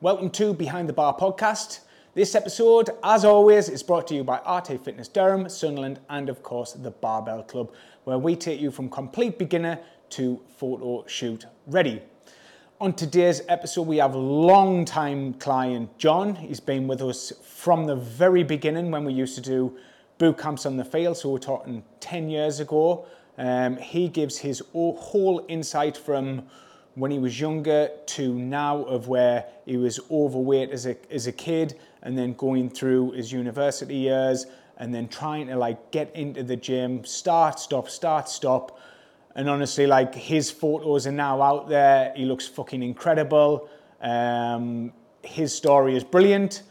Welcome to Behind the Bar podcast. This episode, as always, is brought to you by Arte Fitness Durham, Sunderland, and of course, the Barbell Club, where we take you from complete beginner to photo shoot ready. On today's episode, we have long-time client John. He's been with us from the very beginning when we used to do boot camps on the field, so we're talking 10 years ago. Um, he gives his o- whole insight from when he was younger to now of where he was overweight as a, as a kid and then going through his university years and then trying to like get into the gym, start, stop, start, stop. And honestly, like his photos are now out there. He looks fucking incredible. Um, his story is brilliant,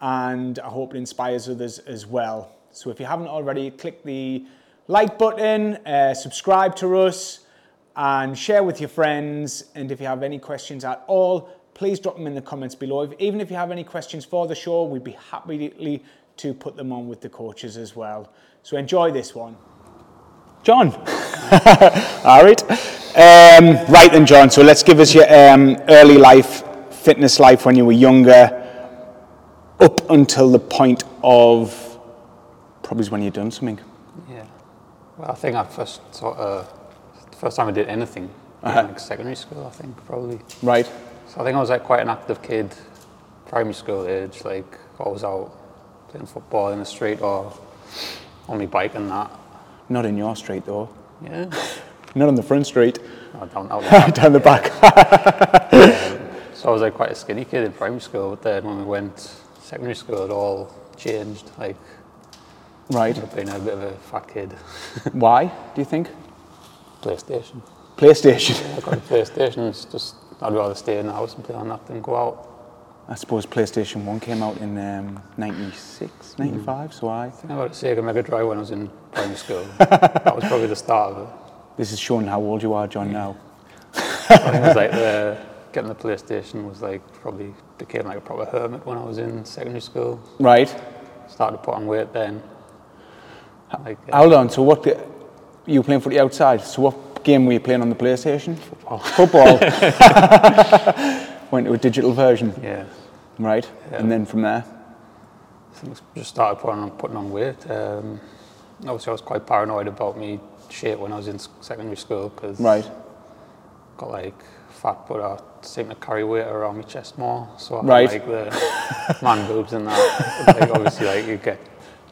and I hope it inspires others as well. So if you haven't already, click the like button, uh, subscribe to us, and share with your friends. And if you have any questions at all, please drop them in the comments below. If, even if you have any questions for the show, we'd be happily to put them on with the coaches as well. So enjoy this one. John. All right. Um, right then, John. So let's give us your um, early life, fitness life when you were younger, up until the point of probably is when you've done something. Yeah. Well, I think I first sort of the first time I did anything was in like secondary school. I think probably. Right. So I think I was like quite an active kid, primary school age. Like always out playing football in the street or on my bike and that. Not in your street though. Yeah. Not on the front street. or down out there. Down the back. So I was like quite a skinny kid in primary school, but then when we went secondary school, it all changed. Like Right. being a bit of a fat kid. Why? Do you think? PlayStation. PlayStation. I got a PlayStation. It's just I'd rather stay in the house and play on that than go out. I suppose PlayStation One came out in um, 96, 95. So I. I got a Sega Mega Drive when I was in primary school. that was probably the start of it. This is showing how old you are, John. Now. I think it was like the, getting the PlayStation was like probably became like a proper hermit when I was in secondary school. Right. Started to put on weight then. Like uh, Hold on. So what? the- You were playing footy outside. So what game were you playing on the PlayStation? Football. Football. Went to a digital version, yeah, right? And then from there, I think just started putting on putting on weight. Um, obviously, I was quite paranoid about me shape when I was in s- secondary school because right? got like fat, but I seemed to carry weight around my chest more. So I had, Right. like the man boobs and that. like, obviously, like you get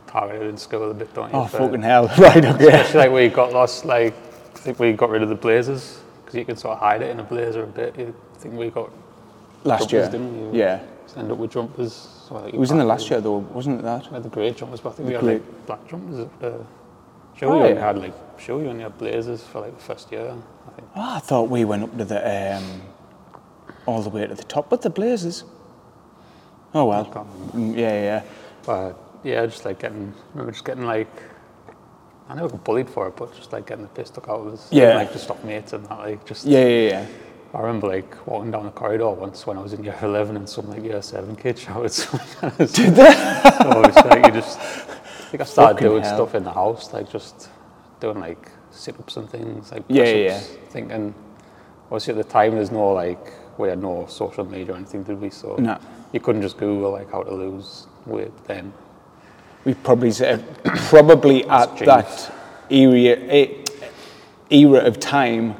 targeted in school a bit, don't you? Oh for- fucking hell! Right. Okay. Actually, like we got lost, like I think we got rid of the blazers because you could sort of hide it in a blazer a bit. You think we got Last year. jumpers, didn't we? Yeah. End up with jumpers. So like It was in the last year though, wasn't it? That. We had the grey jumpers, but I think we had grey- Oh, like black jumpers. At the show you Right. only had like show you only had blazers for like the first year. I think. Oh, I thought we went up to the um, all the way to the top with the Blazers. Oh well. can't remember. Mm, Yeah, yeah. But yeah, just like getting, I remember just getting like, I never got bullied for it, but just like getting the piss took out of us. Yeah. Like just off mates and that, like just. Yeah, yeah, yeah. I remember like walking down the corridor once when I was in year 11 and some like year 7 kid shouted something at us. Did they? so it's like you just, I think I started Fucking doing hell. stuff in the house, like just doing like sit ups and things, like Yeah, press-ups, yeah, Thinking, obviously at the time there's no like, we had no social media or anything, did we? So No. you couldn't just Google like how to lose weight then. We probably said, probably at James. that era eh, era of time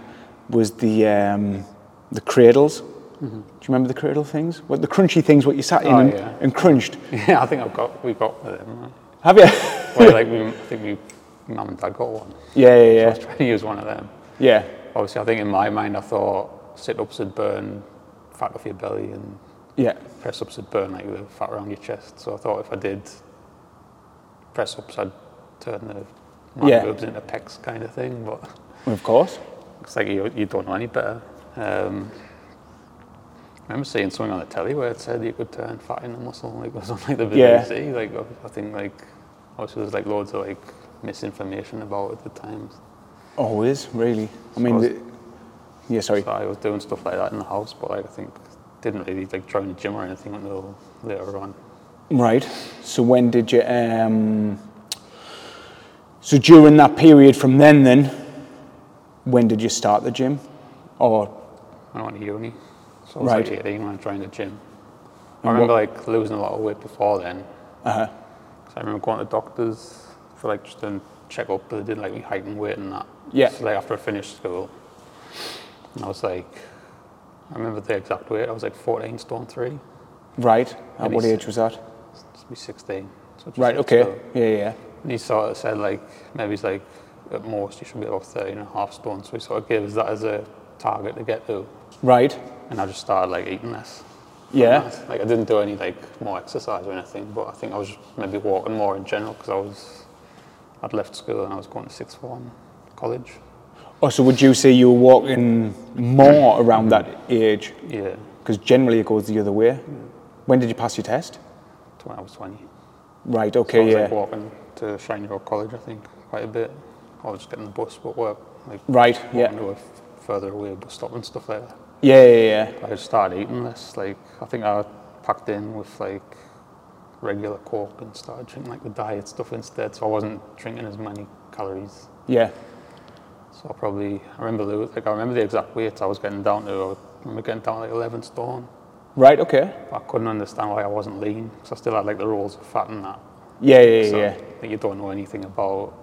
was the um, the cradles. Do you remember the cradle things? What the crunchy things? What you sat in Mm-hmm. Oh, and, yeah. and crunched? Yeah, I think I've got, we got one of them. right? Have you? Well, like we, I think we, mum and dad got one. yeah, yeah, I was yeah, trying to use one of them. yeah. Obviously, I think in my mind, I thought sit ups would burn fat off your belly and yeah. press ups would burn like the fat around your chest. So I thought if I did press ups, I'd turn the my Yeah. boobs into pecs kind of thing. But Of course. it's like you, you don't know any better. Um, I remember seeing something on the telly where it said you could turn fat into muscle, like it was on like the Yeah. BBC. Like I think like obviously there's like loads of like misinformation about it at the time. Always, really. I mean, Suppose- the, yeah. Sorry. So I was doing stuff like that in the house, but like, I think didn't really like join the gym or anything until later on. Right. So when did you? Um, so during that period from then, then, when did you start the gym? Or When I went to uni, so I was Right. like 18 when I joined the gym. I remember like losing a lot of weight before then. Uh-huh. So I remember going to doctors for like just a checkup, but they did like me height and weight and that. Yeah. So like after I finished school, and I was like, I remember the exact weight. I was like 14 stone three. Right. At And what he age said- was that? It's me 16. So just Right. like Okay. still- Yeah. Yeah. And he sort of said, like, maybe he's like, at most you should be about 13 and a half stone. So he sort of gave us that as a target to get to. Right. And I just started, like, eating less. Yeah. Like, I didn't do any, like, more exercise or anything, but I think I was just maybe walking more in general because I was, I'd left school and I was going to sixth form college. Oh, so would you say you were walking more around that age? Yeah, Because generally it goes the other way. When did you pass your test? to when I was 20. Right. So I Okay. was, like, yeah. walking to Shiny Rock College, I think, quite a bit. I was just getting the bus, but work, like, Right. Yeah. walking to a f- further away bus stop and stuff like that. Yeah. Yeah. Yeah. I started eating this. Like I think I packed in with like regular Coke and started drinking like the diet stuff instead. So I wasn't drinking as many calories. yeah. So I probably I remember the like I remember the exact weight I was getting down to. I remember getting down to like 11 stone. Right. Okay. But I couldn't understand why I wasn't lean because I still had like the rules of fat and that. Yeah. Yeah. Yeah. so yeah. That you don't know anything about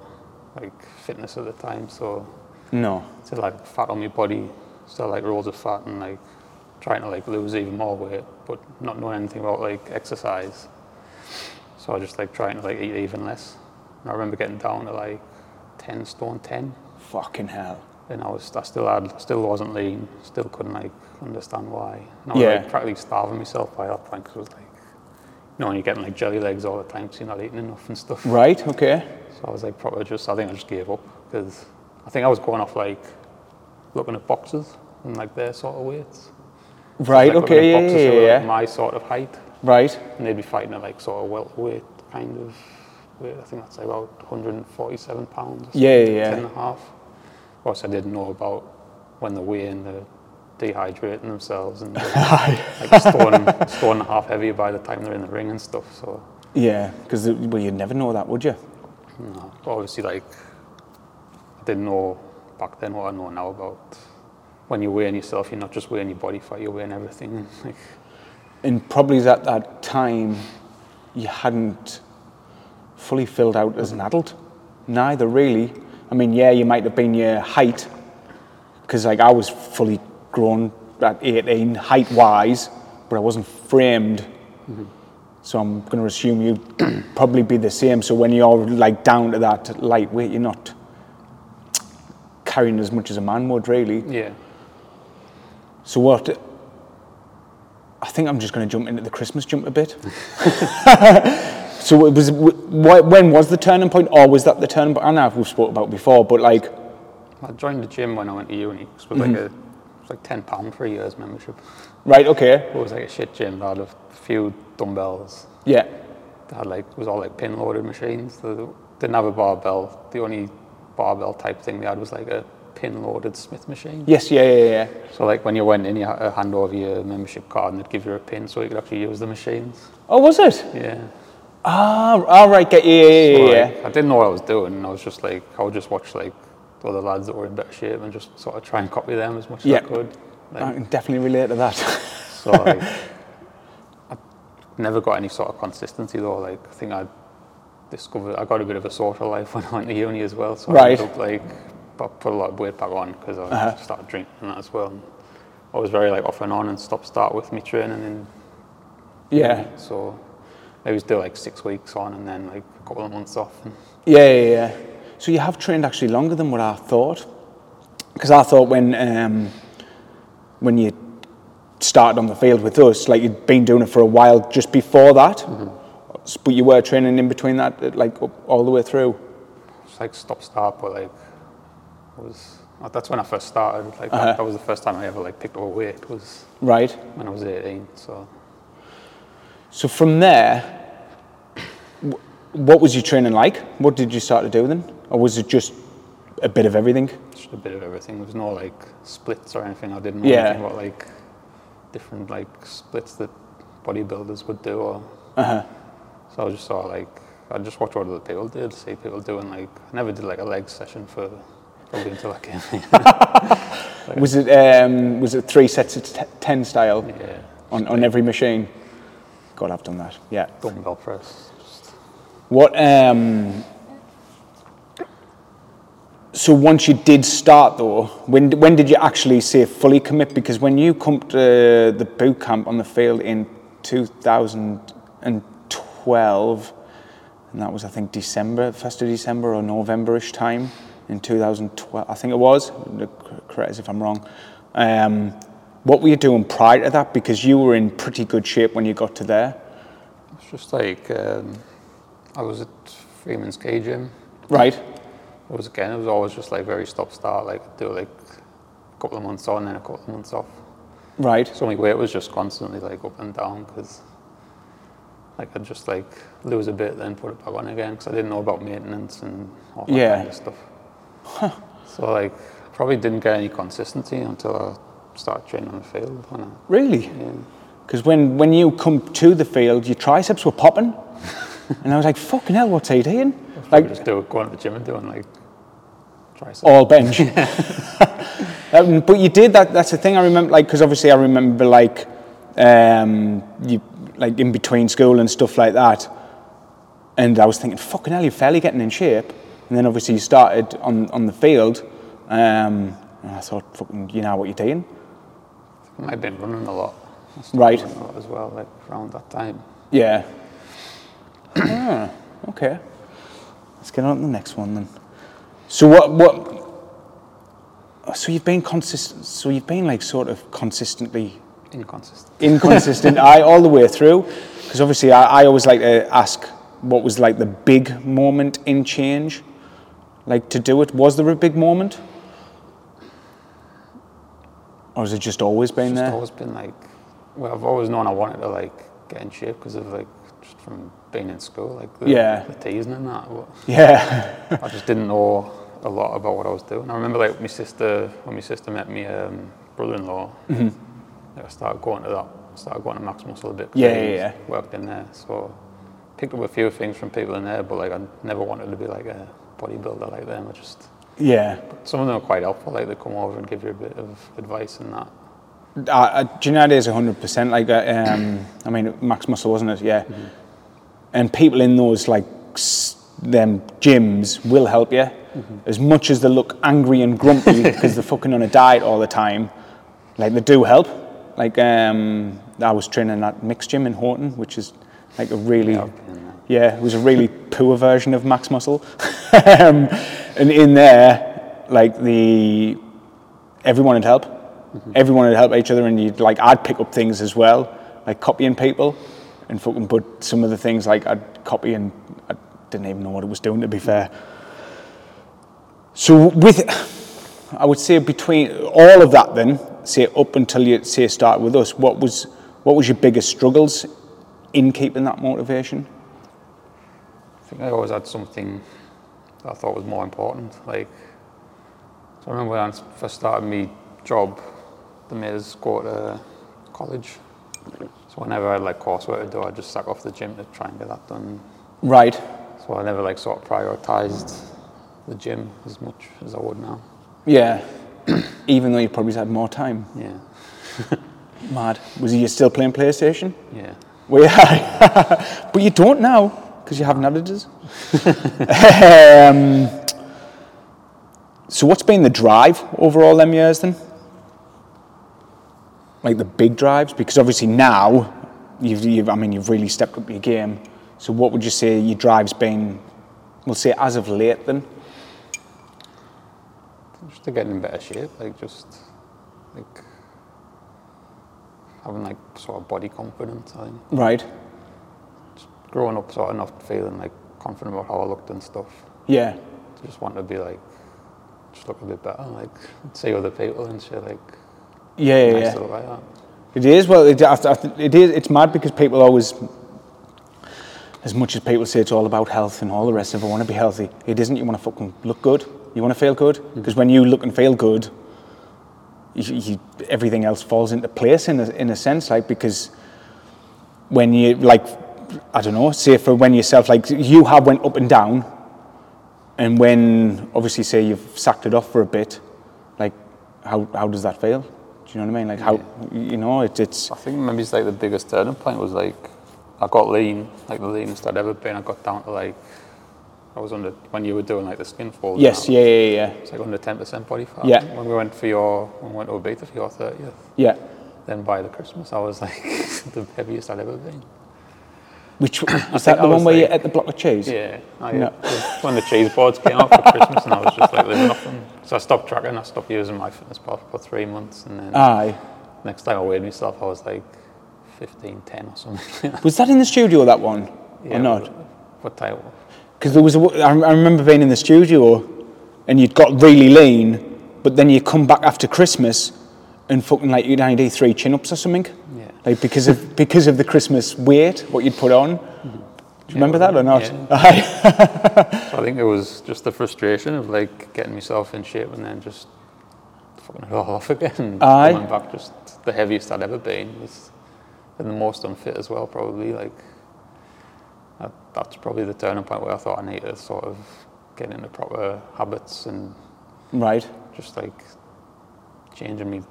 like fitness at the time. So No. still like fat on my body, still like rolls of fat and like trying to like lose even more weight, but not knowing anything about like exercise. So I was just like trying to like eat even less. And I remember getting down to like ten stone ten, Fucking hell. and I was I still had still wasn't lean, still couldn't like understand why. And I was Yeah. like practically starving myself by that point because it was like. You know, when you're getting like jelly legs all the time, so you're not eating enough and stuff. Right. Okay. So I was like, probably just, I think I just gave up because I think I was going off like looking at boxes and like their sort of weights. Right. Like, looking at Okay. Yeah. boxes who Yeah. were, yeah, like, yeah. my sort of height. Right. And they'd be fighting at like sort of welterweight kind of weight. I think that's like about 147 pounds. Or Yeah, something, yeah, 10 yeah. and a half. Of course, I didn't know about when they're weighing, they're dehydrating themselves and they're, like stone, stone and a half heavier by the time they're in the ring and stuff. So Yeah. Because well, you'd never know that, would you? No, but obviously, like I didn't know back then what I know now about when you're weighing yourself, you're not just weighing your body fat, you're weighing everything. Like, And probably at that time, you hadn't fully filled out as an adult. Neither really. I mean, yeah, you might have been your height, because like I was fully grown at 18, height wise, but I wasn't framed. So I'm going to assume you'd probably be the same. So when you're like down to that light weight, you're not carrying as much as a man would really. yeah, So what? I think I'm just going to jump into the Christmas jump a bit. so it was wh- when was the turning point, or was that the turning point? I know we've spoke about before, but like, I joined the gym when I went to uni. It was Mm. like a it was like ten pound for a year's membership. right, okay, It was like a shit gym. They had a few dumbbells. yeah, They had like it was all like pin loaded machines. They didn't have a barbell. The only barbell type thing they had was like a pin loaded Smith machine. yes, yeah, yeah, yeah, So like when you went in, you had to hand over your membership card and they'd give you a pin so you could actually use the machines. Oh, was it? Yeah. Ah, all right, get yeah, yeah, So, yeah, like, yeah. I didn't know what I was doing. and I was just like, I would just watch like the other lads that were in better shape and just sort of try and copy them as much Yeah. as I could. I Like, can definitely relate to that. so like, I never got any sort of consistency though. Like I think I discovered I got a bit of a social life when I went to uni as well. So Right. I ended up like bu- put a lot of weight back on because I Uh-huh. started drinking and that as well. And I was very like off and on and stop start with me training and yeah, So I was do like six weeks on and then like a couple of months off. And Yeah, yeah, yeah. So you have trained actually longer than what I thought, because I thought when um, when you started on the field with us, like you'd been doing it for a while just before that, S- but you were training in between that, uh, like up, all the way through. just like stop start but like it was that's when I first started. Like Uh-huh. that, that was the first time I ever like picked up a weight was Right. when I was eighteen. So So from there, w- what was your training like? What did you start to do then, or was it just a bit of everything? just a bit of everything. There was no like splits or anything. I didn't know Yeah. anything about like different like splits that bodybuilders would do or Uh huh. so I just saw like I just watched what other people did, see people doing like I never did like a leg session for probably until I came here. Was it um, was it three sets of t- ten style yeah. on, on every machine? God, I've done that. Yeah. dumbbell press. Just, What? Um, so once you did start, though, when when did you actually say fully commit? Because when you come to the boot camp on the field in 2012, and that was I think December, first of December or November-ish time in 2012, I think it was. Correct us if I'm wrong. Um, what were you doing prior to that? Because you were in pretty good shape when you got to there, it's just like um, I was at Freeman's K Gym. right? It was again. It was always just like very stop start. Like do like a couple of months on, then a couple of months off. Right. So my weight was just constantly like up and down because like I'd just like lose a bit, then put it back on again because I didn't know about maintenance and all that Yeah. kind of stuff. So like probably didn't get any consistency until I started training on the field. When I, Really. yeah. Because when, when you come to the field, your triceps were popping. and I was like, fucking hell, what's he doing? Like Like, just do going to the gym and doing like tricep. all bench. Um, but you did that. That's the thing I remember. Like, because obviously I remember like um, you like in between school and stuff like that. And I was thinking, fucking hell, you're fairly getting in shape. And then obviously you started on on the field. Um, and I thought, fucking, you know what you're doing, I might have been running a lot. I started Right. running a lot as well, like around that time. yeah. Ah, okay. Let's get on to the next one then. So what what? So you've been consistent. So you've been like sort of consistently Inconsistent. inconsistent I all the way through because obviously I, I always like to ask what was like the big moment in change like to do it was there a big moment or has it just always been It's there just always been like, well, I've always known I wanted to like get in shape because of like just from being in school, like the, Yeah. the teasing and that. Well, yeah I just didn't know a lot about what I was doing. I remember like my sister when my sister met me um, brother-in-law, Mm-hmm. like, I started going to that, started going to Max Muscle a bit. 'cause Yeah, I yeah, was- yeah. Worked in there, so picked up a few things from people in there, but like I never wanted to be like a bodybuilder like them. I just yeah some of them are quite helpful. Like they come over and give you a bit of advice and that. uh, uh, do you know it is 100% like uh, um, I mean Max Muscle wasn't it yeah Mm-hmm. and people in those like s- them gyms will help you Mm-hmm. as much as they look angry and grumpy because they're fucking on a diet all the time like they do help like um, I was training at Mix Gym in Horton which is like a really Yeah, I've been there. yeah, it was a really poor version of Max Muscle. um, and in there, like the everyone would help. Everyone would help each other, and you'd like I'd pick up things as well, like copying people, and fucking put some of the things like I'd copy and I didn't even know what it was doing. To be fair, so with, I would say between all of that, then say up until you say start with us, what was what was your biggest struggles in keeping that motivation? I think I always had something that I thought was more important. Like, so I remember when I first started my job, the mates go to college. So whenever I had like coursework to do, I just sack off the gym to try and get that done. Right. So I never like sort of prioritised the gym as much as I would now. Yeah. Even though you probably had more time. Yeah, Mad. Was you still playing PlayStation? yeah. We are. but you don't now because you haven't had it. as- um, so what's been the drive over all them years then? Like the big drives, because obviously now you've, you've I mean you've really stepped up your game. So what would you say your drive's been? We'll say as of late then. Just to get in better shape, like just like having like sort of body confidence. I think. Right. growing up sort of not feeling like confident about how I looked and stuff. Yeah. Just wanted to be like, just look a bit better, like see other people and shit, like Yeah. Yeah. nice yeah. to look like that. It is. Well, it, I, I, think it is. It's mad because people always, as much as people say it's all about health and all the rest of it, want to be healthy. It isn't. You want to fucking look good. You want to feel good. Because when you look and feel good, you, you, everything else falls into place in a, in a sense. Like because when you like, I don't know, say for when yourself like you have went up and down, and when obviously say you've sacked it off for a bit, like how how does that feel? Do you know what I mean? Like how you know it, it's I think maybe it's like the biggest turning point was like I got lean, like the leanest I'd ever been. I got down to like I was under when you were doing like the skin fold. Yes, down, yeah, yeah, It's like under ten percent body fat. Yeah. When we went for your when we went to Ibiza for your thirtieth, yeah. yeah. then by the Christmas I was like the heaviest I'd ever been. Which is think that the I was one where like- you ate the block of cheese? Yeah, I, No. it was when the cheese boards came out for Christmas, and I was just like living off them. So I stopped tracking. I stopped using my fitness pal for three months, and then Aye. next time I weighed myself, I was like 15, 10 or something. Was that in the studio that one Yeah, or not? What, what time? Because there was, a, I rem- I remember being in the studio, and you'd got really lean, but then you come back after Christmas, and fucking like you'd only do three chin ups or something, Yeah. like because of because of the Christmas weight, what you'd put on. Do you remember that or not? Mm-hmm. Yeah. Aye. So I think it was just the frustration of like getting myself in shape and then just fucking it all off again. Aye. Coming back just the heaviest I'd ever been. It's- and the most unfit as well, probably. Like that, that's probably the turning point where I thought I need to sort of get into proper habits and right. just like changing my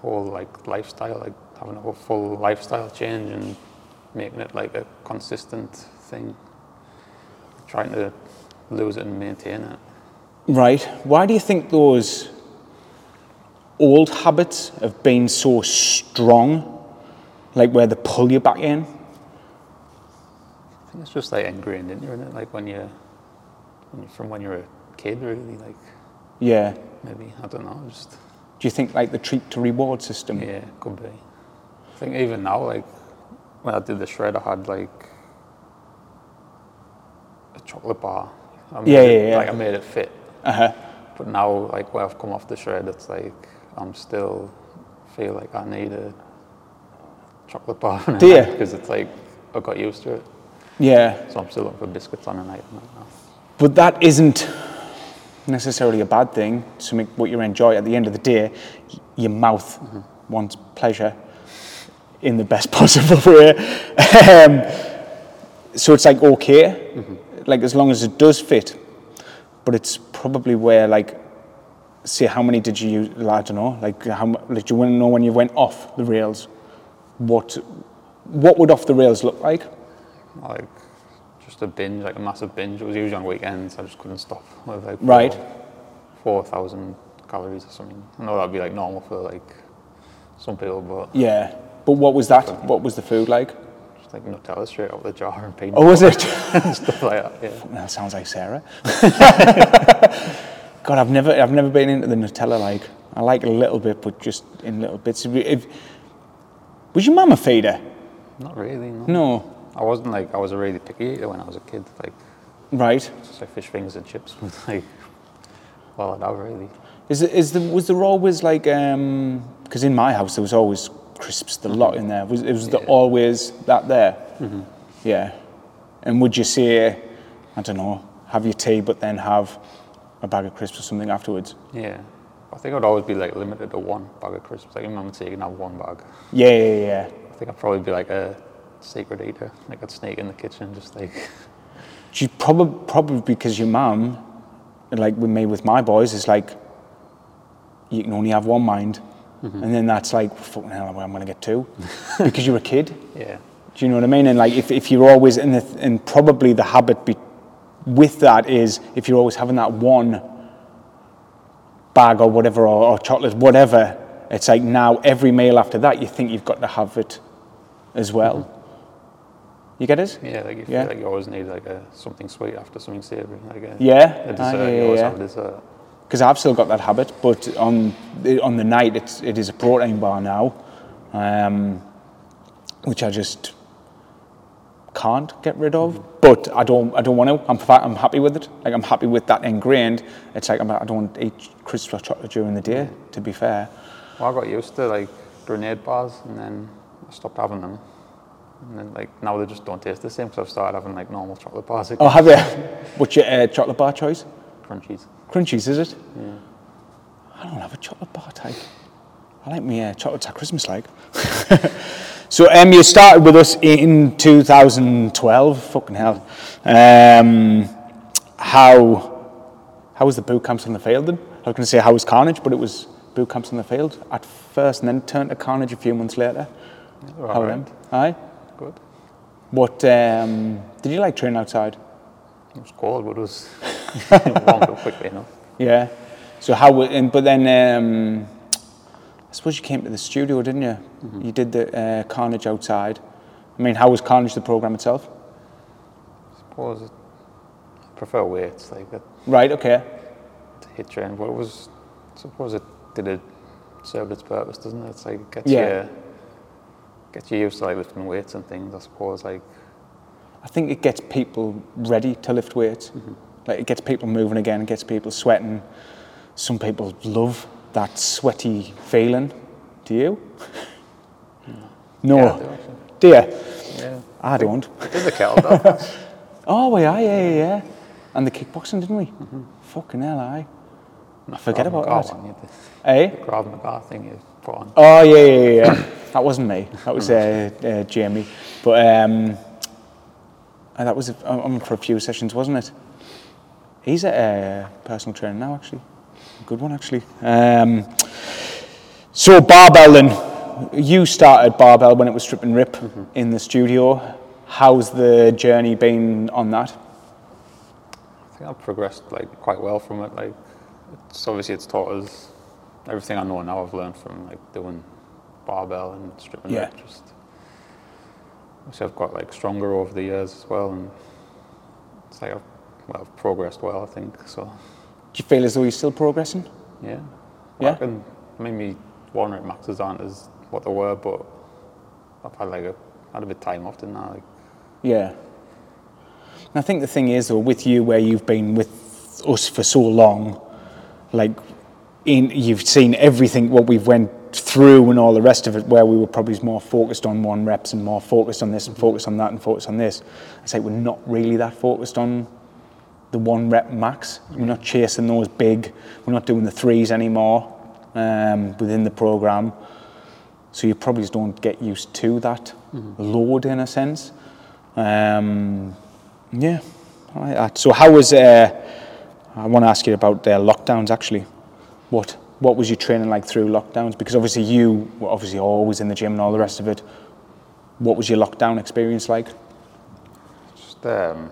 whole like lifestyle, like having a whole full lifestyle change and making it like a consistent thing. Trying to lose it and maintain it. Right. Why do you think those old habits have been so strong, like where they pull you back in? I think it's just like ingrained in you, isn't it? Like when you, when you from when you're a kid, really. Like Yeah. maybe I don't know, just Do you think like the treat to reward system? yeah, could be. I think even now, like when I did the shred, I had like a chocolate bar. I made Yeah, it- yeah, yeah. Like I made it fit. Uh huh. But now, like where I've come off the shred, it's like I'm still feel like I need a chocolate bar. on a Do you? night, Because it's like I got used to it, Yeah. so I'm still looking for biscuits on a night. and that now. But that isn't necessarily a bad thing. Something what you enjoy at the end of the day, y- your mouth wants pleasure in the best possible way. um, so it's like okay, like as long as it does fit. But it's probably where like, say how many did you use? I don't know. Like how mu- like you wouldn't know when you went off the rails. What what would off the rails look like? like just a binge, like a massive binge. It was usually on weekends. I just couldn't stop. With like Right. Four thousand calories or something. I know that'd be like normal for like some people, but Yeah. But what was that? What was the food like? just like Nutella straight out of the jar and peanut Oh, was it? and stuff like that. Yeah. That sounds like Sarah. God, I've never, I've never been into the Nutella. Like, I like it a little bit, but just in little bits. If, if, was your mum a feeder? Not really. No. No, I wasn't like I was a really picky eater when I was a kid. Like right? just like fish fingers and chips was like all I'd have really. Is, it- is the, was there always like? Because in my house there was always crisps, the lot in there. Was, it was the, Yeah. always that there? Yeah. And would you say, I don't know, have your tea, but then have a bag of crisps or something afterwards? Yeah. I think I'd always be like limited to one bag of crisps. Like my mum would say you can have one bag. Yeah, yeah, yeah. I think I'd probably be like a secret eater. Like I'd sneak in the kitchen, just like She probably probably because your mum, like with me with my boys, is like you can only have one mind, and then that's like fucking hell, I'm gonna get two because you're a kid. yeah, Do you know what I mean? And like if, if you're always in the and probably the habit be, with that is if you're always having that one bag or whatever or, or chocolate whatever, it's like now every meal after that you think you've got to have it as well. You get it? yeah. Like you Yeah. feel like you always need like a something sweet after something savory, like a, Yeah. a Ah, dessert. yeah, you yeah, always yeah. have dessert. because I've still got that habit, but on the- on the night it's it is a protein bar now, um, which I just can't get rid of. But I don't I don't want to. I'm fa- I'm happy with it. Like I'm happy with that ingrained. It's like I'm, I don't want to eat crisps or chocolate during the day. To be fair, Well, I got used to like grenade bars, and then I stopped having them. And then like now they just don't taste the same because I've started having like normal chocolate bars, like oh have you? What's your uh, chocolate bar choice? crunchies. Crunchies, is it? I don't have a chocolate bar type. I like my uh, chocolates at Christmas like. so um, you started with us in 2012. Fucking hell. Um, how how was the boot camps on the field then? I was going to say how was Carnage, but it was boot camps on the field at first, and then turned to Carnage a few months later. Yeah, they're How all were right. them? Aye. Good. What um, did you like training outside? It was cold, but it was warmed up quickly enough. Yeah. So how? wa- And, but then um, I suppose you came to the studio, didn't you? Mm-hmm. You did the uh, Carnage outside. I mean, how was Carnage the program itself? suppose it- I prefer weights, like that Right. Okay. to hit training, but it was, I suppose it did it served its purpose, doesn't it? It's like it gets Yeah. you gets you used to like lifting weights and things, I suppose, like I think it gets people ready to lift weights. Mm-hmm. Like it gets people moving again, it gets people sweating. Some people love that sweaty feeling. Do you? No. yeah, I do, actually. do you? yeah. I don't. It is a kettlebell. Oh, we are, yeah, yeah, yeah. And the kickboxing, didn't we? Fucking hell, I. I forget Krav about Maga that. One, Oh, you did. Eh? The Krav Maga thing you put on. Oh yeah, yeah, yeah, yeah. that wasn't me. That was uh, uh, Jamie. But um, uh, that was a- on on for a few sessions, wasn't it? He's a uh, personal trainer now, actually. Good one, actually. Um, so barbell, then you started barbell when it was strip and rip in the studio. How's the journey been on that? I think I've progressed like quite well from it. Like, it's obviously it's taught us everything I know now. I've learned from like doing barbell and stripping. Yeah. rep, Just obviously I've got like stronger over the years as well, and it's like I've well I've progressed well. I think so. Do you feel as though you're still progressing? Yeah. Yeah. Like, and maybe one rep maxes aren't as what they were, but I've had like a had a bit of time off, didn't I? Like, Yeah. And I think the thing is, though, with you, where you've been with us for so long, like, in, you've seen everything what we've went through and all the rest of it, where we were probably more focused on one reps and more focused on this and focused on that and focused on this. I say we're not really that focused on the one rep max. We're not chasing those big. We're not doing the threes anymore um, within the program. So you probably just don't get used to that load in a sense. Um, yeah. All right, that- So how was? Uh, I want to ask you about uh, lockdowns actually. What what was your training like through lockdowns? Because obviously you were obviously always in the gym and all the rest of it. What was your lockdown experience like? just um,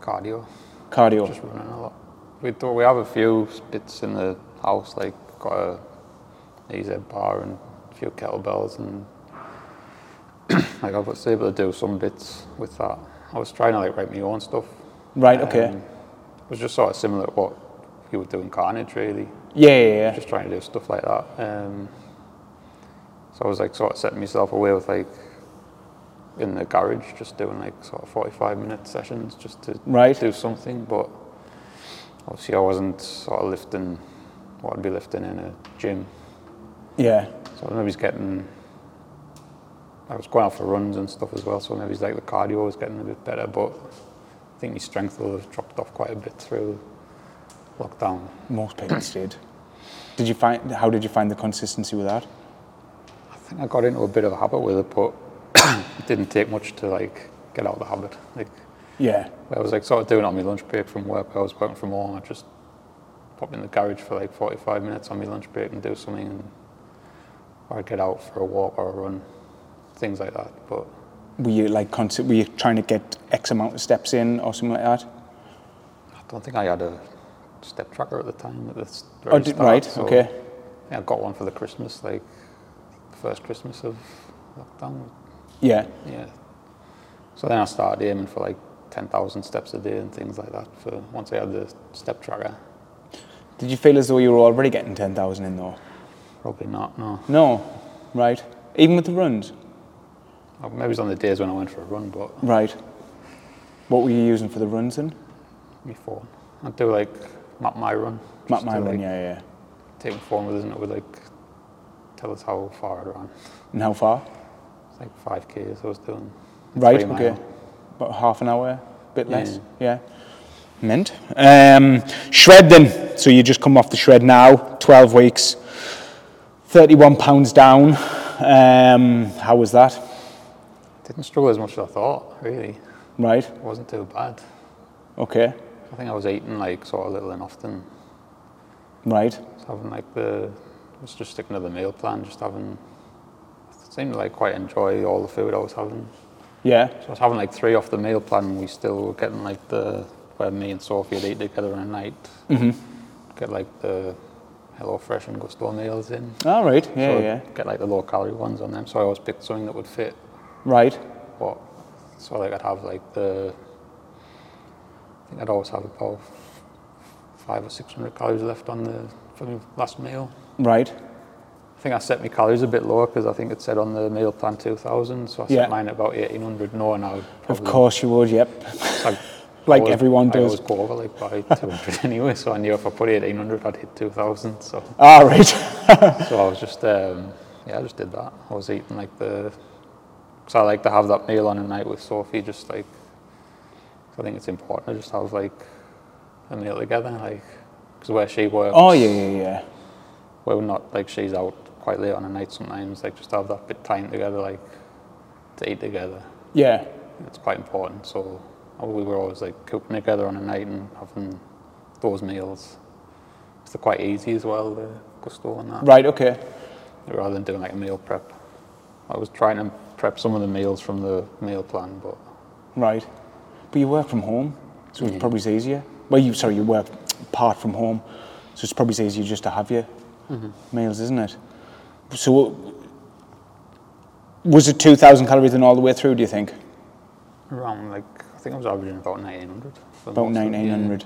cardio. Cardio. Just running a lot. We do, we have a few bits in the house, like got a EZ bar and a few kettlebells, and like I was able to do some bits with that. I was trying to like write my own stuff. right. Okay. Um, it was just sort of similar to what you would do in Carnage, really. yeah. Yeah. Yeah. Just trying to do stuff like that. Um, so I was like sort of setting myself away with like in the garage, just doing like sort of 45 minute sessions just to Right. do something. But obviously, I wasn't sort of lifting what I'd be lifting in a gym. Yeah. So maybe he's getting. I was going out for runs and stuff as well, so maybe it's like the cardio was getting a bit better, but I think my strength will have dropped off quite a bit through lockdown. Most people did. Did you find? How did you find the consistency with that? I think I got into a bit of a habit with it, but it didn't take much to like get out of the habit. Like Yeah. I was like sort of doing it on my lunch break from work. I was working from home. I just pop in the garage for like 45 minutes on my lunch break and do something, and or I'd get out for a walk or a run, things like that. But Were you like consi- Were you trying to get X amount of steps in or something like that? I don't think I had a step tracker at the time. At the s- Oh, very did, start, right. so Okay. I, think I got one for the Christmas, like first Christmas of lockdown. Yeah. Yeah. So then I started aiming for like 10,000 steps a day and things like that for once I had the step tracker. Did you feel as though you were already getting 10,000 in though? Probably not, no. No, right. Even with the runs? Uh, Maybe it was on the days when I went for a run, but Right. What were you using for the runs then? my phone. I'd do like map my run. Map just my to, run, like, yeah, yeah. Take my phone with us and it would like tell us how far I'd run. And how far? It's like 5Ks I was doing. a Right, three okay. mile. About half an hour, bit Yeah. less, yeah. Mint. Um, shred then. So you just come off the shred now, 12 weeks, 31 pounds down. Um, how was that? Didn't struggle as much as I thought, really. Right, It wasn't too bad. okay, I think I was eating like sort of little and often. right. Just having like the, I was just sticking to the meal plan, just having, I seemed to like quite enjoy all the food I was having. Yeah. So I was having like three off the meal plan, and we still were getting like the where me and Sophie would eat together on a night. Mhm. Get like the Hello Fresh and Gusto meals in. All right. Yeah, so I'd yeah. Get like the low calorie ones on them. So I always picked something that would fit Right. what. So like I'd have like the. I think I'd always have about five or six hundred calories left on the for my last meal. Right. I think I set my calories a bit lower because I think it said on the meal plan 2000, so I set Yeah. mine at about 1800 knowing I would Of probably course you would. Yep. like, Like everyone I does. always go over like by 200 anyway, so I knew if I put 1800, I'd hit 2000. So, All right. so I was just, um, yeah, I just did that. I was eating like the, because I like to have that meal on a night with Sophie, just like, 'cause I think it's important to just have like a meal together, like, because where she works, Oh yeah, yeah, yeah. well, not like she's out quite late on a night sometimes, like just have that bit of time together, like to eat together. Yeah. It's quite important. So uh, we were always like cooking together on a night and having those meals. 'Cause They're quite easy as well, the gusto and that, Right. Okay. rather than doing like a meal prep. I was trying to prep some of the meals from the meal plan, but Right. But you work from home, so it's Yeah. probably easier. Well, you sorry, you work part from home, so it's probably easier just to have your meals, isn't it? So, was it two thousand calories then all the way through? Do you think around like, I think I was averaging about 1900. for about most of it, yeah. nineteen hundred?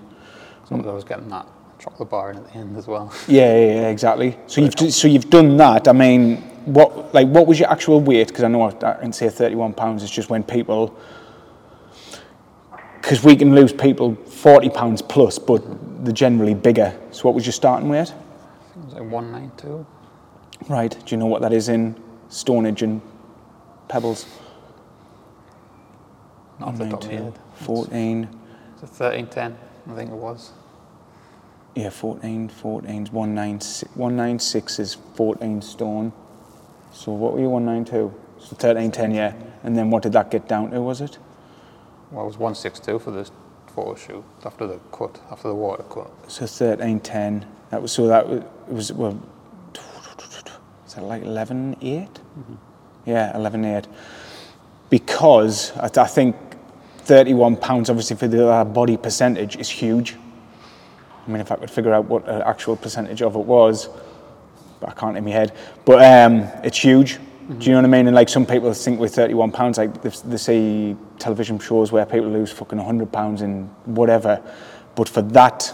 Sometimes I was getting that chocolate bar in at the end as well. Yeah, yeah, yeah, exactly. So you've d- so you've done that. I mean, what like what was your actual weight? Because I know I, I can say thirty-one pounds. It's just when people, because we can lose people forty pounds plus, but they're generally bigger. So what was your starting weight? I think it was like 192. Right. Do you know what that is in Stonehenge and Pebbles? Not off the top of my 92, head. Fourteen. It's a 1310, I think it was. Yeah, 14, 14, 196, 196 is 14 stone. So what were you, 192? So 13, 10, yeah. And then what did that get down to, was it? Well, it was 162 for this photo shoot after the cut, after the water cut. So 13, 10. That was, so that was, it was well, is that like 11, 8? Yeah, 11, 8. Because I, I think 31 pounds, obviously, for the uh, body percentage is huge. I mean, if I could figure out what an actual percentage of it was, but I can't in my head. But um, it's huge. Do you know what I mean? And like some people think with 31 pounds, like they, they see television shows where people lose fucking 100 pounds in whatever. But for that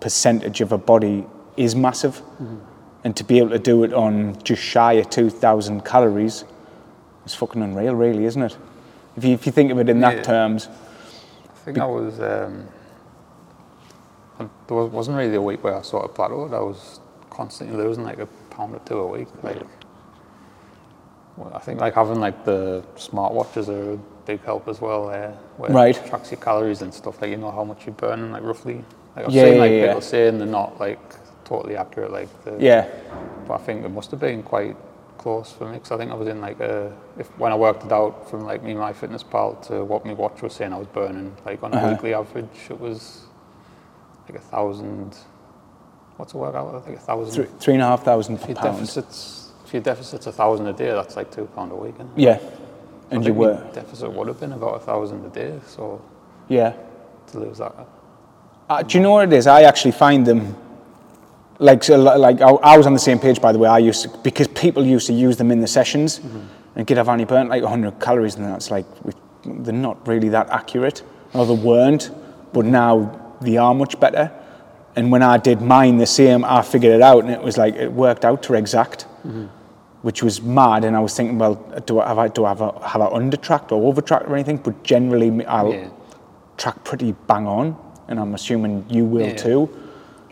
percentage of a body is massive. And to be able to do it on just shy of 2,000 calories is fucking unreal, really, isn't it? If you, if you think of it in that Yeah. terms, I think I was, um, and there was- wasn't really a week where I sort of plateaued. I was constantly losing like a pound or two a week. Like, well, I think like having like the smartwatches are a big help as well. Uh, where Right. It tracks your calories and stuff. Like you know how much you burn, and like roughly. Like I've Yeah, seen yeah, like yeah. people saying they're not like totally accurate. Like the, yeah, But I think it must have been quite close for me because I think I was in like a, if when I worked it out from like me my fitness pal to what my watch was saying I was burning like on a Uh-huh. weekly average it was like a thousand. What's a workout? I think a thousand. three, three and a half thousand if your pounds. deficits, if your deficit's a thousand a day, that's like two pound a week. Isn't it? Yeah. I And you think my were, deficit would have been about a thousand a day. So yeah. to lose that, Uh, do you know what it is? I actually find them like so, li- like I, I was on the same page by the way. I used to, because people used to use them in the sessions, and Kid Havani burnt like 100 calories, and that's like we, they're not really that accurate, or they weren't. But now they are much better. And when I did mine the same, I figured it out, and it was like it worked out to exact, which was mad. And I was thinking, well, do I have I do I have I, have I undertracked or overtracked or anything? But generally, I'll yeah. track pretty bang on, and I'm assuming you will Yeah. too.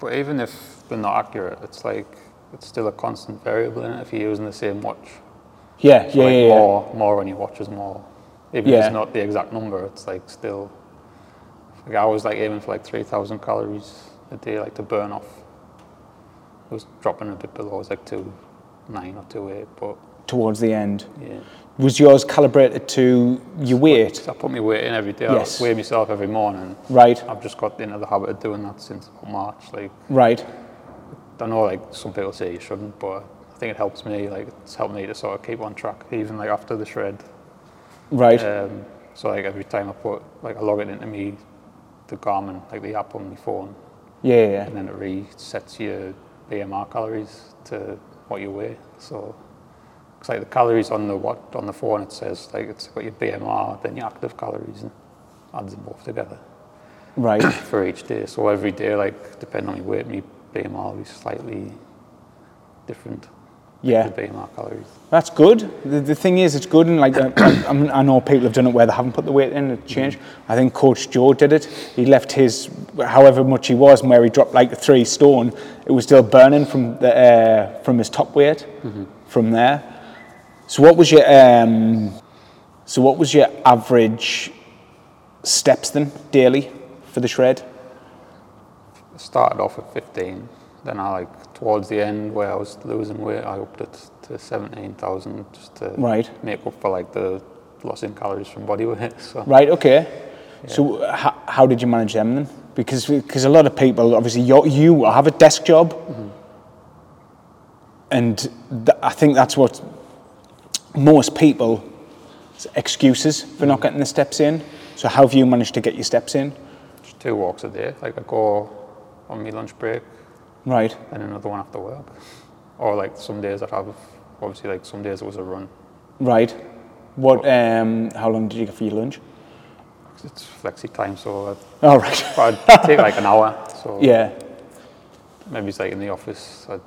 But even if they're not accurate, it's like it's still a constant variable in it if you're using the same watch. Yeah, So yeah, like yeah, yeah. more, more on your watches, more. Even if Yeah. it's not the exact number, it's like still. Like I was like aiming for like three thousand calories a day, like to burn off. It was dropping a bit below. It was like two nine or two eight, but towards the end. yeah. Was yours calibrated to your weight? So I put my weight in every day. Yes. I weigh myself every morning. Right, I've just got into the habit of doing that since about March. Like right, I know like some people say you shouldn't, but I think it helps me. Like it's helped me to sort of keep on track, even like after the shred. Right. Um, so like every time I put like I log it into me, the Garmin like the app on my phone, yeah, yeah, yeah. and then it resets your BMR calories to what you weigh. So it's like the calories on the what on the phone it says like it's got your BMR, then your active calories, and adds them both together Right. for each day. So every day, like depending on my weight, my BMR will be slightly different. Yeah. The BMR calories. That's good. The, the thing is, it's good, and like uh, I, mean, I know people have done it where they haven't put the weight in and changed. I think Coach Joe did it. He left his however much he was, and where he dropped like three stone, it was still burning from the uh, from his top weight from there. So what was your um, so what was your average steps then daily for the shred? I started off at 15. Then I like towards the end where I was losing weight, I upped it to 17,000 just to Right. make up for like the loss in calories from body weight. So Right. Okay. So uh, how, how did you manage them then? Because because a lot of people obviously you you have a desk job, and th- I think that's what most people excuses for not getting the steps in. So how have you managed to get your steps in? just two walks a day. Like I go on my lunch break Right. and another one after work. Or like some days I'd have obviously like some days it was a run. Right. What? Um, how long did you get for your lunch? 'Cause It's flexi time, so I'd, All right. but I'd take like an hour. So yeah. maybe it's like in the office, I'd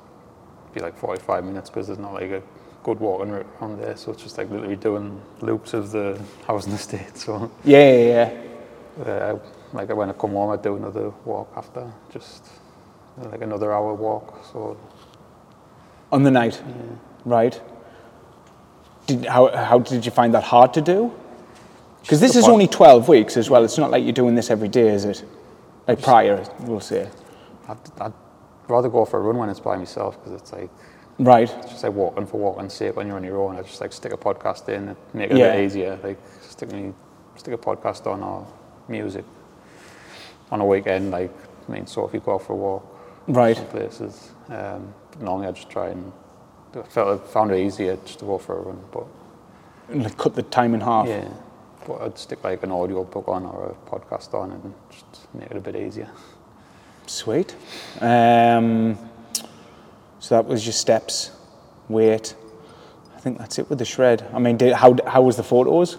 be like 45 minutes because there's not like a good walking route around there. So it's just like literally doing loops of the house and estate. So Yeah. Yeah. yeah. uh, like when I come home, I do another walk after, just like another hour walk. So On the night. Right. Did, how, how did you find that hard to do? Because this the is part- only 12 weeks as well. It's not like you're doing this every day, is it? Like prior, we'll say. I'd, I'd rather go for a run when it's by myself because it's like Right. it's just like walking for walking's sake when you're on your own. I just like stick a podcast in, and make it a Yeah. bit easier. Like stick me, stick a podcast on or music on a weekend. Like me and Sophie go for a walk. Right. some places. Um, normally I just try and I felt I found it easier just to go for a run, but And like cut the time in half. yeah. But I'd stick like an audio book on or a podcast on and just make it a bit easier. Sweet. Um, so that was your steps, weight. I think that's it with the shred. I mean, did, how, how was the photos?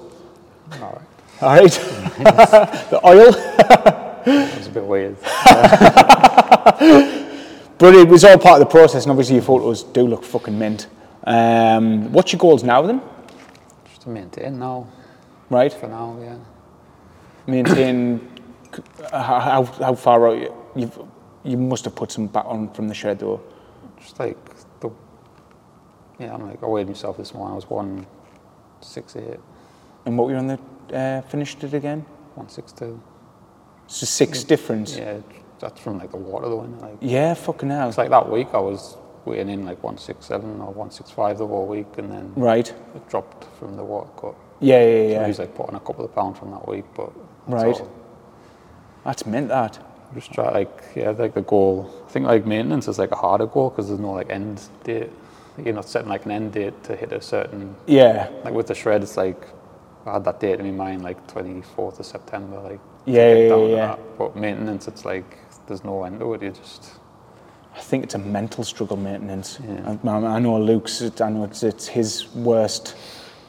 All right. All right. the oil. It was a bit weird. But it was all part of the process, and obviously your photos do look fucking mint. Um, what's your goals now then? Just to maintain now, Right, for now, yeah. maintain. c- how, how how far out you you've, you must have put some back on from the shed though. Just like the yeah, I'm like I weighed myself this morning. I was one six eight, And what were you on the uh, finished it again? one six two. So six difference. Yeah. Yeah, that's from like the water though, is Like fucking hell. it's like that week I was weighing in like one six seven or one six five the whole week and then right. It dropped from the water cut. Yeah, yeah, Yeah. yeah. I was like putting a couple of pounds from that week, but that's Right. all. That's mint that. Just try like yeah, like the goal. I think like maintenance is like a harder goal because there's no like end date. You're not setting like an end date to hit a certain Yeah, like with the shred. It's like I had that date in my mind like 24th of September. Like to Yeah, get yeah, down to yeah. that. But maintenance, it's like there's no end to it. You just I think it's a mental struggle maintenance. Yeah. I, I I know Luke's. it- I know it's, it's his worst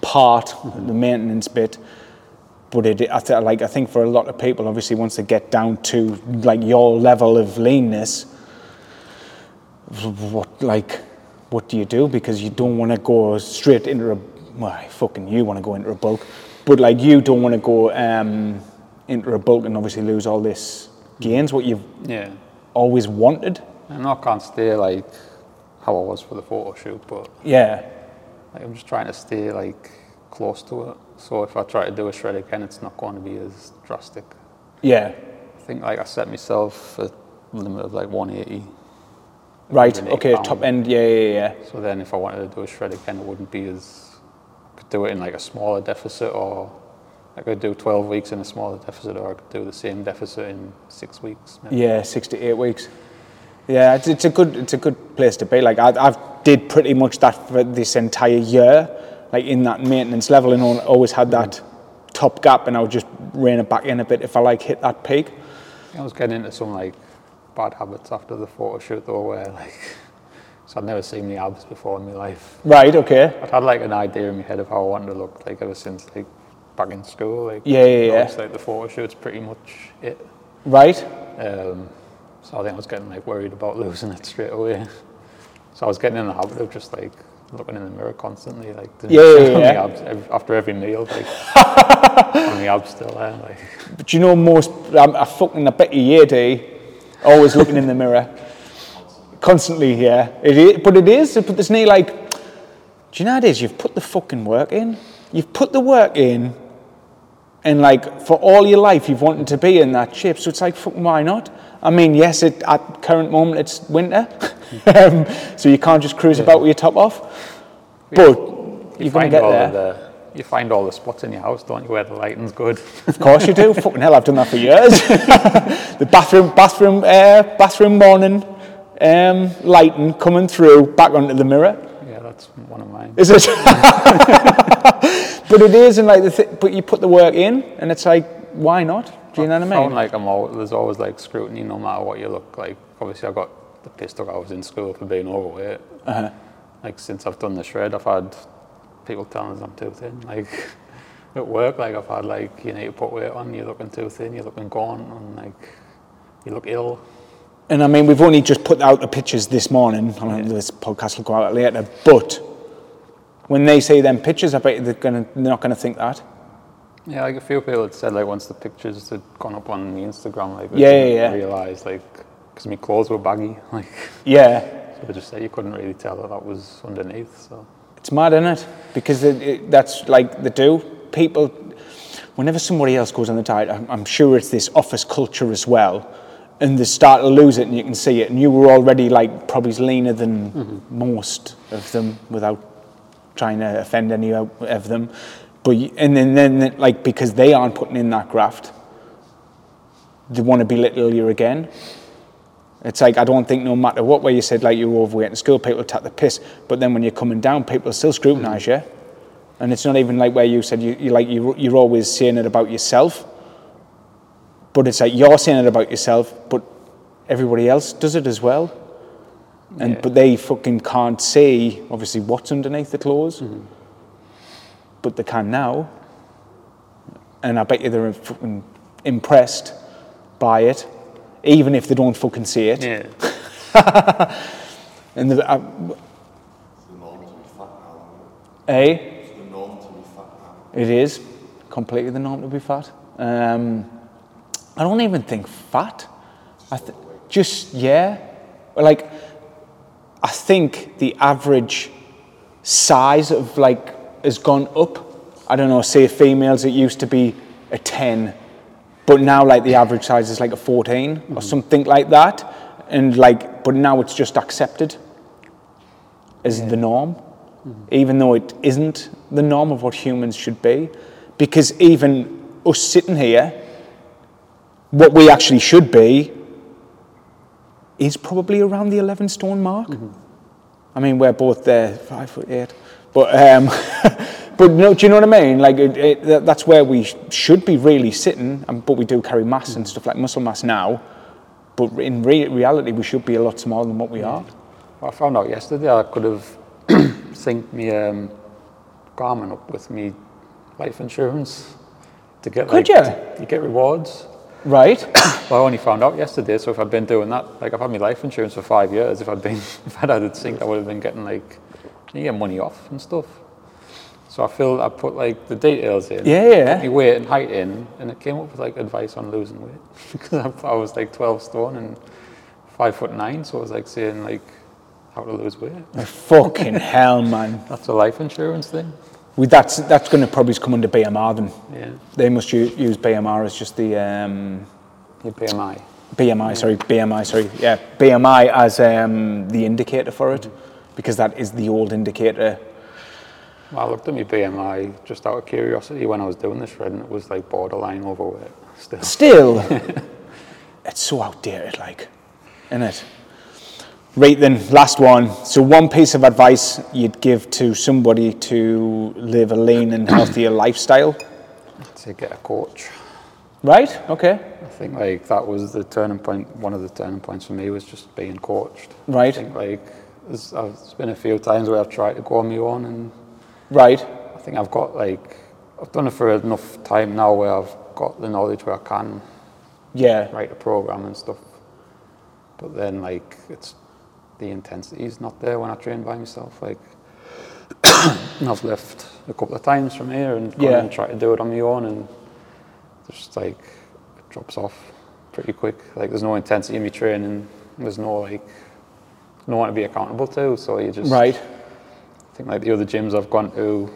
part, the maintenance bit. But it, I th- like I think for a lot of people, obviously, once they get down to like your level of leanness, what like what do you do because you don't want to go straight into a well fucking you want to go into a bulk but like you don't want to go um, into a bulk and obviously lose all this gains what you've yeah. always wanted And I can't stay like how I was for the photo shoot, but yeah Like, I'm just trying to stay like close to it. So if I try to do a shred again, it's not going to be as drastic. yeah I think like I set myself a limit of like 180. right Hundred and eight okay pound. top end yeah yeah yeah So then if I wanted to do a shred again, it wouldn't be as. I could do it in like a smaller deficit, or I could do 12 weeks in a smaller deficit, or I could do the same deficit in six weeks. maybe. Yeah, six to eight weeks. Yeah, it's, it's a good it's a good place to be. Like I I've did pretty much that for this entire year, like in that maintenance level and al- always had that top gap and I would just rein it back in a bit if I like hit that peak. I was getting into some like bad habits after the photo shoot though, where like, so I'd never seen the abs before in my life. Right, okay. I'd had like an idea in my head of how I wanted to look like ever since like back in school. Like Yeah, yeah, noticed, yeah. Like the photo shoot's pretty much it. Right. Um, so I think I was getting like worried about losing it straight away. So I was getting in the habit of just like looking in the mirror constantly, like to Yeah, yeah, check on yeah. the abs ev after every meal, like on the abs still there. Like But you know, most, I'm, I fucking, I bet you, yeah, D, always looking in the mirror. Constantly, yeah. It is, but it is, but there's no like, do you know how it is? You've put the fucking work in. You've put the work in, and like for all your life, you've wanted to be in that shape. So it's like, fucking, why not? I mean, yes, it, at current moment, it's winter, um, so you can't just cruise about with your top off. But you you're going to find get all there. of the you find all the spots in your house, don't you, where the lighting's good. Of course you do. Fucking hell, I've done that for years. the bathroom, bathroom, uh, bathroom morning um, lighting coming through back onto the mirror. yeah, that's one of mine. Is it? but it is, and like the th- but you put the work in, and it's like, why not? Do you know what I found mean? like I'm all, there's always like scrutiny no matter what you look like. Obviously, I got the pissed off I was in school for being overweight. Uh-huh. Like since I've done the shred, I've had people telling us I'm too thin. Like at work, like I've had like you need to put weight on. You're looking too thin. You're looking gaunt, and like you look ill. And I mean, we've only just put out the pictures this morning. I mean, this podcast will go out later, but when they see them pictures, I bet you they're gonna they're not gonna think that. Yeah, like a few people had said like once the pictures had gone up on the Instagram, like Yeah, yeah, didn't yeah. realize like because my clothes were baggy, like Yeah. so they just said you couldn't really tell that that was underneath. So It's mad, isn't it? Because it, it, that's like the do. People, whenever somebody else goes on the diet, I'm, I'm sure it's this office culture as well, and they start to lose it, and you can see it. And you were already like probably leaner than most of them, without trying to offend any o- of them. But you, and then then like because they aren't putting in that graft, they want to belittle you again. It's like I don't think no matter what way you said like you were overweight in school, people take the piss. But then when you're coming down, people still scrutinise you. And it's not even like where you said you, you like you, you're always saying it about yourself. But it's like you're saying it about yourself, but everybody else does it as well. And Yeah. but they fucking can't see obviously what's underneath the clothes. But they can now. And I bet you they're fucking impressed by it, even if they don't fucking see it. yeah, And the, uh, the norm to be fat now. A, It's the norm to be fat now. it is completely the norm to be fat. Um, I don't even think fat. I th- just yeah, Well, like I think the average size of like has gone up. I don't know. Say females, it used to be a ten, but now like the average size is like a 14 or something like that. And like, but now it's just accepted as the norm, even though it isn't the norm of what humans should be. Because even us sitting here, what we actually should be is probably around the 11 stone mark. I mean, we're both there, five foot eight. But, um, but no, do you know what I mean? Like, it, it, that, that's where we sh- should be really sitting, and, but we do carry mass and stuff like muscle mass now. But in re- reality, we should be a lot smaller than what we are. I found out yesterday I could have synced me um, Garmin up with me life insurance to get Could like, ya? you get rewards. Right? Well, I only found out yesterday, so if I'd been doing that, like I've had my life insurance for five years, if I'd been, if I'd had it synced, I would have been getting like, yeah, money off and stuff. So I filled, I put like the details in, Yeah, yeah. put my weight and height in, and it came up with like advice on losing weight because I, I was like 12 stone and five foot nine, so I was like saying like how to lose weight. Fucking hell, man. That's a life insurance thing. We, that's that's going to probably come under BMR then. Yeah, They must u- use BMR as just the um, your BMI. BMI, sorry, BMI, sorry, yeah, BMI as um, the indicator for it, because that is the old indicator. I looked at my BMI just out of curiosity when I was doing this shred, and it was like borderline overweight still. Still, it's so outdated, like, isn't it? Right then, last one. So, one piece of advice you'd give to somebody to live a lean and healthier lifestyle, to get a coach. right? Okay, I think like that was the turning point. One of the turning points for me was just being coached. I Right. think like there's, I've, there's been a few times where I've tried to go on my own, and right, I think I've got like I've done it for enough time now where I've got the knowledge where I can yeah, write a program and stuff. But then like it's the intensity is not there when I train by myself. Like and I've left a couple of times from here and gone Yeah. and tried to do it on my own and just like it drops off pretty quick. Like there's no intensity in my training. There's no like no one to be accountable to. So you just right, I think like the other gyms I've gone to,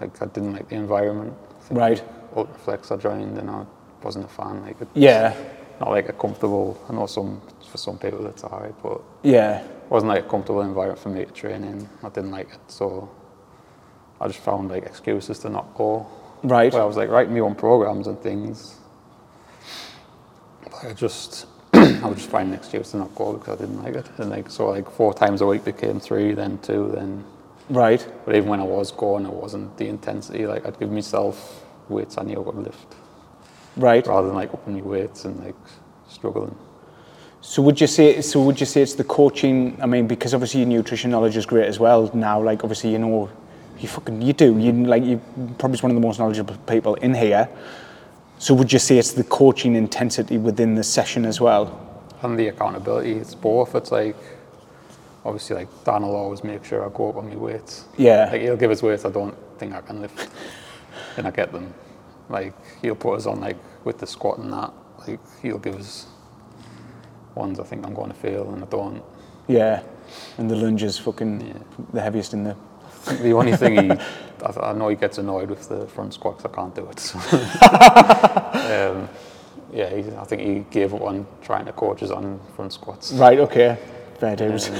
like I didn't like the environment. I think right, Ultraflex I joined and I wasn't a fan. Like it's yeah, not like a comfortable. I know some for some people it's alright, but yeah, it wasn't like a comfortable environment for me to train in. I didn't like it, so I just found like excuses to not go. right, Well, I was like writing my own programs and things. But I just I would just find an excuse to not go because I didn't like it. And like so like four times a week became three, then two, then right, but even when I was going, it wasn't the intensity. Like I'd give myself weights I knew I could lift, right. rather than like upping my weights and like struggling. So would you say so would you say it's the coaching I mean because obviously your nutrition knowledge is great as well now like obviously you know you fucking you do you like you probably one of the most knowledgeable people in here so would you say it's the coaching intensity within the session as well and the accountability. It's both. It's like obviously like Dan will always make sure I go up on my weights. Yeah. Like he'll give us weights I don't think I can lift, and I get them. Like he'll put us on like with the squat and that. Like he'll give us ones I think I'm going to fail and I don't. yeah and the lunge is fucking Yeah. the heaviest in the The only thing he, I, I know he gets annoyed with the front squat 'cause I can't do it. so. um, yeah, he, I think he gave up on trying to coach us on front squats. right okay fair dues Um,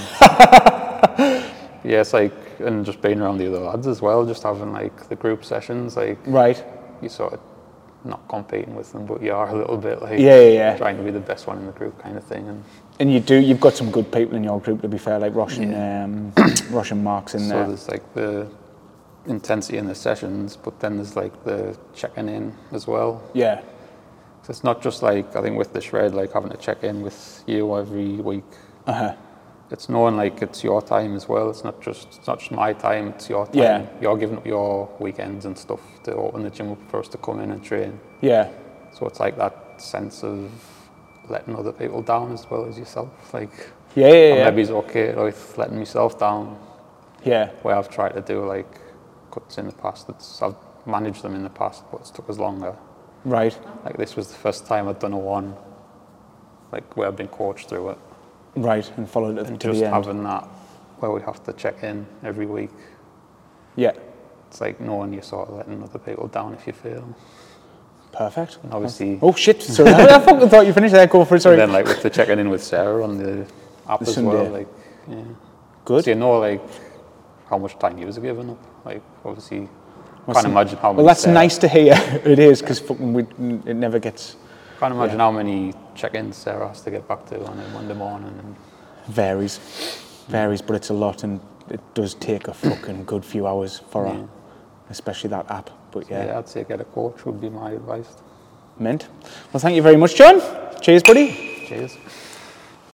Yes, like and just being around the other lads as well, just having like the group sessions, like right you sort of not competing with them, but you are a little bit like Yeah, yeah, yeah. trying to be the best one in the group kind of thing. And and you do you've got some good people in your group to be fair like Russian um, Russian marks in so there there's like the intensity in the sessions, but then there's like the checking in as well. yeah So it's not just like I think with the shred, like having to check in with you every week. uh huh It's knowing like it's your time as well. It's not just it's not just my time. It's your time. Yeah. You're giving up your weekends and stuff to open the gym up for us to come in and train. yeah So it's like that sense of letting other people down as well as yourself. Like yeah yeah I yeah, maybe it's okay with letting myself down. yeah. Where I've tried to do like cuts in the past. It's I've managed them in the past, but it's took us longer. right Like this was the first time I'd done a one. Like where I've been coached through it, Right, and followed it and to just the end. having that where we have to check in every week. Yeah, It's like knowing you're sort of letting other people down if you fail. perfect. And obviously, Oh shit! Sorry, I fucking thought you finished there. Go for it. Sorry. and then like with the checking in with Sarah on the app The as well, Sunday. like yeah. Good. So you know, like, how much time you've given up. Like, obviously, Well, can't imagine how many. Well, that's sales- nice to hear. it is because fucking we, it never gets Can't imagine how many check-ins Sarah has to get back to on a Monday morning. And varies, varies, but it's a lot, and it does take a fucking good few hours for Yeah. her, especially that app. But yeah. yeah, I'd say get a coach would be my advice. mint. Well, thank you very much, John. Cheers, buddy. Cheers.